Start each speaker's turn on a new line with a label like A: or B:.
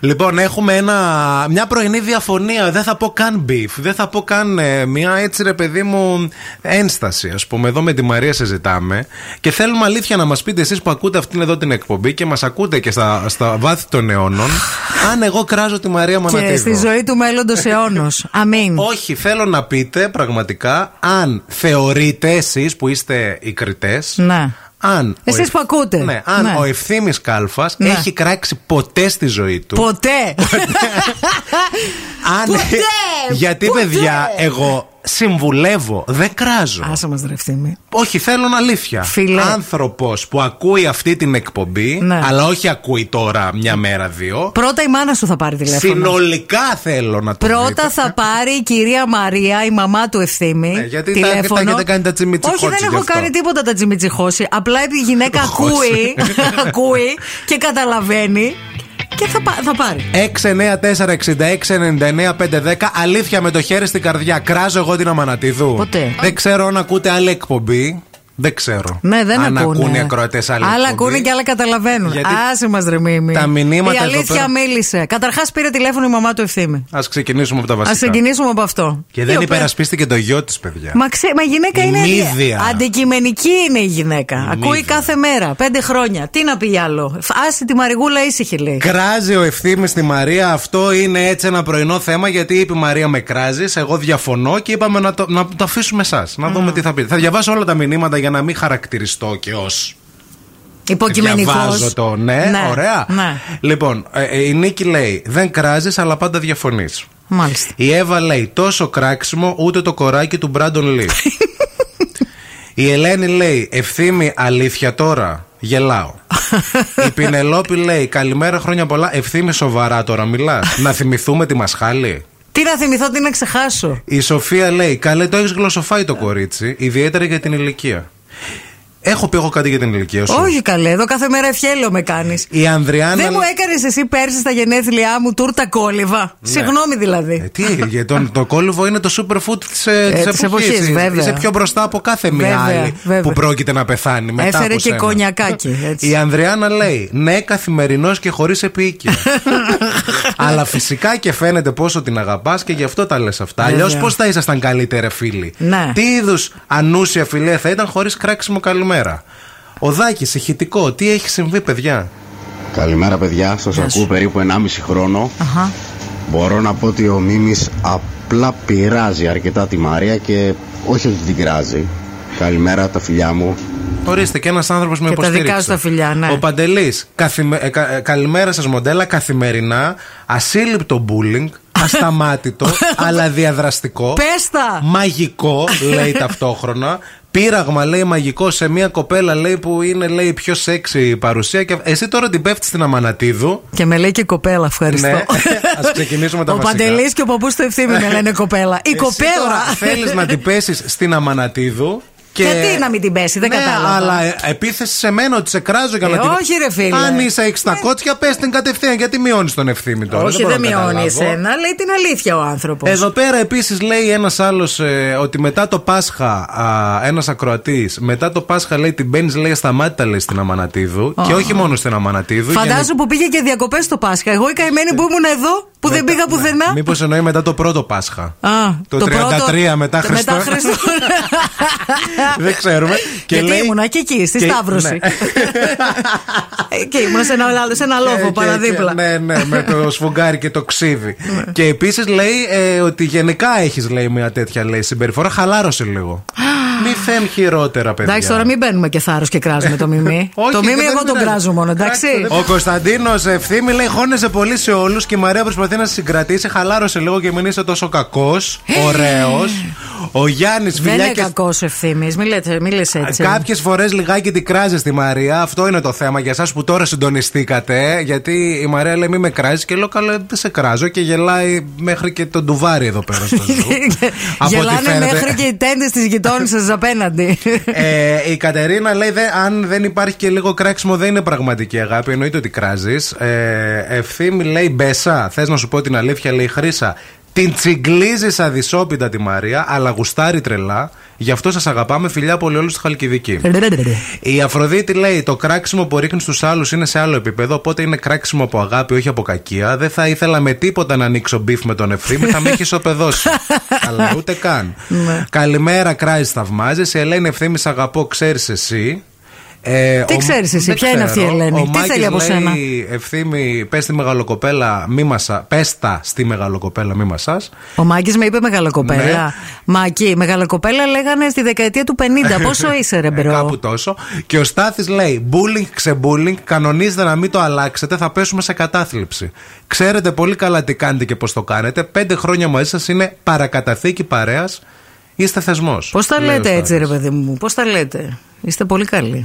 A: Λοιπόν, έχουμε ένα, μια πρωινή διαφωνία. Δεν θα πω καν beef. Δεν θα πω καν ε, μια έτσι ρε παιδί μου ένσταση. Ας πούμε, εδώ με τη Μαρία συζητάμε. Και θέλουμε αλήθεια να μας πείτε εσείς που ακούτε αυτήν εδώ την εκπομπή και μας ακούτε και στα, στα βάθη των αιώνων. αν εγώ κράζω τη Μαρία Μανατίδου.
B: Και στη ζωή του μέλλοντος αιώνος. Αμήν.
A: Όχι, θέλω να πείτε πραγματικά αν θεωρείτε εσείς που είστε οι κριτές.
B: Ναι.
A: Αν
B: Εσείς
A: ο Ευ-
B: που ακούτε.
A: Ναι, αν
B: Ναι.
A: ο Ευθύμης Κάλφας
B: Ναι.
A: έχει κράξει ποτέ στη ζωή του.
B: Ποτέ!
A: αν...
B: ποτέ!
A: ναι. Γιατί,
B: Ποτέ!
A: παιδιά, εγώ συμβουλεύω, δεν κράζω.
B: Άσε μας ρε ευθύμη.
A: Όχι, θέλω αλήθεια.
B: Φίλε.
A: Άνθρωπος που ακούει αυτή την εκπομπή,
B: Ναι.
A: αλλά όχι ακούει τώρα μια μέρα δύο.
B: Πρώτα η μάνα σου θα πάρει τηλέφωνο.
A: Συνολικά θέλω να το
B: Πρώτα
A: δείτε.
B: θα πάρει η κυρία Μαρία, η μαμά του ευθύμη.
A: Ναι, γιατί τα- τα
B: τηλέφωνο.
A: έχετε κάνει τα τσιμιτσιχώτσι
B: Όχι, δεν
A: γι'
B: έχω
A: αυτό.
B: κάνει τίποτα τα τσιμιτσιχώσει. Απλά η γυναίκα ακούει, ακούει και καταλαβαίνει και θα, πα- θα πάρει.
A: 694-6699-510 Αλήθεια με το χέρι στην καρδιά. Κράζω εγώ την Αμανατίδου.
B: Ποτέ.
A: Δεν ξέρω αν ακούτε άλλη εκπομπή. Δεν ξέρω.
B: Ναι, δεν
A: αν
B: ακούνε.
A: ακούνε οι ακροατές άλλη
B: Άλλα
A: εκπομπή.
B: ακούνε και άλλα καταλαβαίνουν.
A: Γιατί
B: Άσε μας, ρε Μίμη.
A: τα μηνύματα
B: Η
A: εδώ πέρα-
B: αλήθεια μίλησε. Καταρχάς πήρε τηλέφωνο η μαμά του ευθύμη.
A: Ας ξεκινήσουμε από τα
B: Α
A: βασικά.
B: ξεκινήσουμε από αυτό.
A: Και
B: Η
A: δεν
B: οποία-
A: υπερασπίστηκε το γιο της, παιδιά.
B: Μα, ξέ, μα η γυναίκα
A: Η
B: είναι.
A: μύδια.
B: Αντικειμενική είναι η γυναίκα. Ακούει
A: μύδια.
B: κάθε μέρα. Πέντε χρόνια. Τι να πει άλλο. Άσε τη Μαριγούλα ήσυχη λέει.
A: Κράζει ο ευθύνη στη Μαρία. Αυτό είναι έτσι ένα πρωινό θέμα γιατί είπε η Μαρία με κράζεις. Εγώ διαφωνώ και είπαμε να το, να το αφήσουμε εσάς. Να δούμε τι θα πείτε. Θα διαβάσω όλα τα μηνύματα για να μην χαρακτηριστώ και ως.
B: Υποκειμενικός.
A: Διαβάζω το, ναι, ωραία.
B: Ναι.
A: Λοιπόν, ε, ε, η Νίκη λέει: Δεν κράζεις, αλλά πάντα διαφωνείς.
B: Μάλιστα.
A: Η Εύα λέει: Τόσο κράξιμο, ούτε το κοράκι του Μπράντον Λί. η Ελένη λέει: Ευθύμη, αλήθεια τώρα. Γελάω. η Πινελόπη λέει: Καλημέρα, χρόνια πολλά. Ευθύμη, σοβαρά τώρα μιλάς. να θυμηθούμε τη μασχάλη.
B: Τι να θυμηθώ, τι να ξεχάσω.
A: Η Σοφία λέει: Καλέ, το έχεις γλωσσοφάει το κορίτσι, ιδιαίτερα για την ηλικία. Έχω πει εγώ κάτι για την ηλικία σου.
B: Όχι καλέ, εδώ κάθε μέρα ευχέλαιο με κάνεις.
A: Η Ανδριάννα.
B: Δεν μου
A: λέει-
B: έκανες εσύ πέρσι στα γενέθλιά μου τούρτα κόλληβα. Συγγνώμη
A: Ε,
B: δηλαδή.
A: τι, για τον, το κόλυβο είναι το superfood της
B: Ε, της εποχής, βέβαια.
A: ε, Είσαι πιο μπροστά από κάθε μία
B: Βέβαια,
A: άλλη
B: βέβαια.
A: που πρόκειται να πεθάνει μετά.
B: Έφερε
A: από
B: και
A: σένα.
B: κονιακάκι. έτσι.
A: Η Ανδριάνα λέει: Ναι, καθημερινός και χωρίς επίοικια. Αλλά φυσικά και φαίνεται πόσο την αγαπάς και γι' αυτό τα λες αυτά.
B: Βέβαια.
A: Αλλιώς πώς θα ήσασταν καλύτερα φίλοι.
B: Ναι.
A: Τι είδους ανούσια φιλία θα ήταν χωρίς κράξιμο καλημέρα. Ο Δάκης, ηχητικό, τι έχει συμβεί, παιδιά.
C: Καλημέρα παιδιά, σας
B: Γεια σου.
C: ακούω περίπου 1,5 χρόνο.
B: Αχα.
C: Μπορώ να πω ότι ο Μίμης απλά πειράζει αρκετά τη Μαρία και όχι ότι την κράζει. Καλημέρα τα φιλιά μου.
A: Ορίστε και ένας άνθρωπος με
B: Και τα
A: υποστήριξε.
B: δικά σου τα φιλιά, ναι.
A: Ο Παντελής. Καθημε... ε, κα- ε, Καλημέρα σας, μοντέλα. Καθημερινά. Ασύλληπτο bullying. Ασταμάτητο, αλλά διαδραστικό.
B: Πες τα!
A: Μαγικό, λέει ταυτόχρονα. Πείραγμα, λέει, μαγικό σε μια κοπέλα, λέει, που είναι, λέει, πιο σεξι η παρουσία. Και εσύ τώρα την πέφτεις στην Αμανατίδου.
B: Και με λέει και κοπέλα, ευχαριστώ.
A: Ναι, ας ξεκινήσουμε τα
B: Ο
A: βασικά.
B: Παντελής και ο παππούς του ευθύνη με λένε κοπέλα. Η κοπέλα!
A: Θέλεις να την πέσεις στην Αμανατίδου. Και...
B: Γιατί να μην την πέσει, δεν
A: ναι,
B: κατάλαβα.
A: Αλλά ε, επίθεση σε μένα ότι σε κράζω για
B: Ε,
A: να την.
B: όχι, ρε φίλε. Ναι.
A: Αν είσαι έξι τα κότσια, πες την κατευθείαν. Γιατί μειώνεις τον ευθύνη τώρα.
B: Όχι,
A: μπορώ
B: δεν ε, ναι.
A: να
B: μειώνει
A: καταλάβω.
B: εσένα, λέει την αλήθεια ο άνθρωπος.
A: Εδώ πέρα επίσης λέει ένας άλλος ότι μετά το Πάσχα, ένας ακροατής, μετά το Πάσχα λέει την μπαίνει, λέει σταμάτητα λέει στην Αμανατίδου. Και όχι μόνο στην Αμανατίδου.
B: Φαντάζομαι που πήγε και διακοπές το Πάσχα. Εγώ η καημένη που ήμουν εδώ, που δεν πήγα πουθενά.
A: Μήπως εννοεί μετά το πρώτο Πάσχα.
B: Α,
A: ναι. το, 33
B: πρώτο-
A: μετά Χριστό.
B: Μετά Χριστό.
A: Δεν ξέρουμε. Και
B: Γιατί
A: λέει-
B: ήμουνα και εκεί, στη
A: και- ναι.
B: Σταύρωση. Ε, και ήμουν σε ένα, άλλο- σε ένα
A: Και-
B: λόφο
A: και-
B: παραδίπλα. Ναι.
A: και- Ναι, ναι, με το σφουγγάρι και το ξύδι. και επίσης λέει ε, ότι γενικά έχεις λέει μια τέτοια λέει, συμπεριφορά. Χαλάρωσε λίγο. Μη θέμ χειρότερα, παιδιά.
B: Εντάξει, τώρα μην μπαίνουμε και θάρρος και κράζουμε το μιμί.
A: Όχι,
B: το
A: δεν-
B: μιμί
A: δεν
B: εγώ τον
A: πειράζει.
B: κράζω μόνο, εντάξει.
A: Ο Κωνσταντίνος ευθύμη λέει: Χώνεσαι πολύ σε όλους και η Μαρία προσπαθεί να σε συγκρατήσει. Χαλάρωσε λίγο και μην είσαι τόσο κακός. Ωραίος. Ο Γιάννης
B: Ε. Δεν είναι
A: Βιλιάκη.
B: κακό ευθύνη. Μίλησε έτσι.
A: Κάποιες φορές λιγάκι την κράζει τη Μαρία. Αυτό είναι το θέμα για εσάς που τώρα συντονιστήκατε. Γιατί η Μαρία λέει: Μη με κράζεις και λέω: Καλά, δεν σε κράζω. Και γελάει μέχρι και τον ντουβάρι εδώ πέρα στο ζου. Από ό,τι
B: Γελάνε
A: φαίνεται.
B: μέχρι και οι τέντες της γειτόνισσας απέναντι.
A: Ε, η Κατερίνα λέει: «Δε- Αν δεν υπάρχει και λίγο κράξιμο, δεν είναι πραγματική αγάπη. Εννοείται ότι κράζεις. Ε, ευθύμη λέει: Μπέσα, θες να σου πω την αλήθεια, λέει Χρήσα. Την τσιγκλίζει αδυσόπιτα τη Μαρία, αλλά γουστάρει τρελά. Γι' αυτό σας αγαπάμε, φιλιά πολύ όλους στη Χαλκιδική. Η Αφροδίτη λέει: Το κράξιμο που ρίχνεις στους άλλους είναι σε άλλο επίπεδο, οπότε είναι κράξιμο από αγάπη, όχι από κακία. Δεν θα ήθελα με τίποτα να ανοίξω μπιφ με τον Εφρήμ, θα με έχει ισοπεδώσει. Αλλά ούτε καν.
B: Ναι.
A: Καλημέρα, Κράης θαυμάζει. Η Ελένη Ευθύμη, σ' αγαπώ, ξέρεις εσύ. Ε,
B: Τι ξέρεις εσύ,
A: δεν
B: ποια είναι αυτή η
A: ξέρω.
B: Ελένη,
A: Ο
B: τι
A: Μάκης
B: θέλει από
A: λέει,
B: σένα?
A: Ευθύμη, πες τη μεγαλοκοπέλα, μη μασά. Πες τα στη μεγαλοκοπέλα, μη μασάς.
B: Ο Μάκης με είπε μεγαλοκοπέλα.
A: Ναι.
B: Μακή, μεγαλοκοπέλα λέγανε στη δεκαετία του 50. Πόσο είσαι, ρε
A: Ε,
B: μπρο.
A: κάπου τόσο. Και ο Στάθης λέει: Bullying ξεμπούλινγκ, κανονίζετε να μην το αλλάξετε, θα πέσουμε σε κατάθλιψη. Ξέρετε πολύ καλά τι κάνετε και πώς το κάνετε. Πέντε χρόνια μαζί σας είναι παρακαταθήκη παρέας. Είστε θεσμός.
B: Πώς τα λέτε έτσι, ρε παιδί μου, πώς τα λέτε. Είστε πολύ καλοί.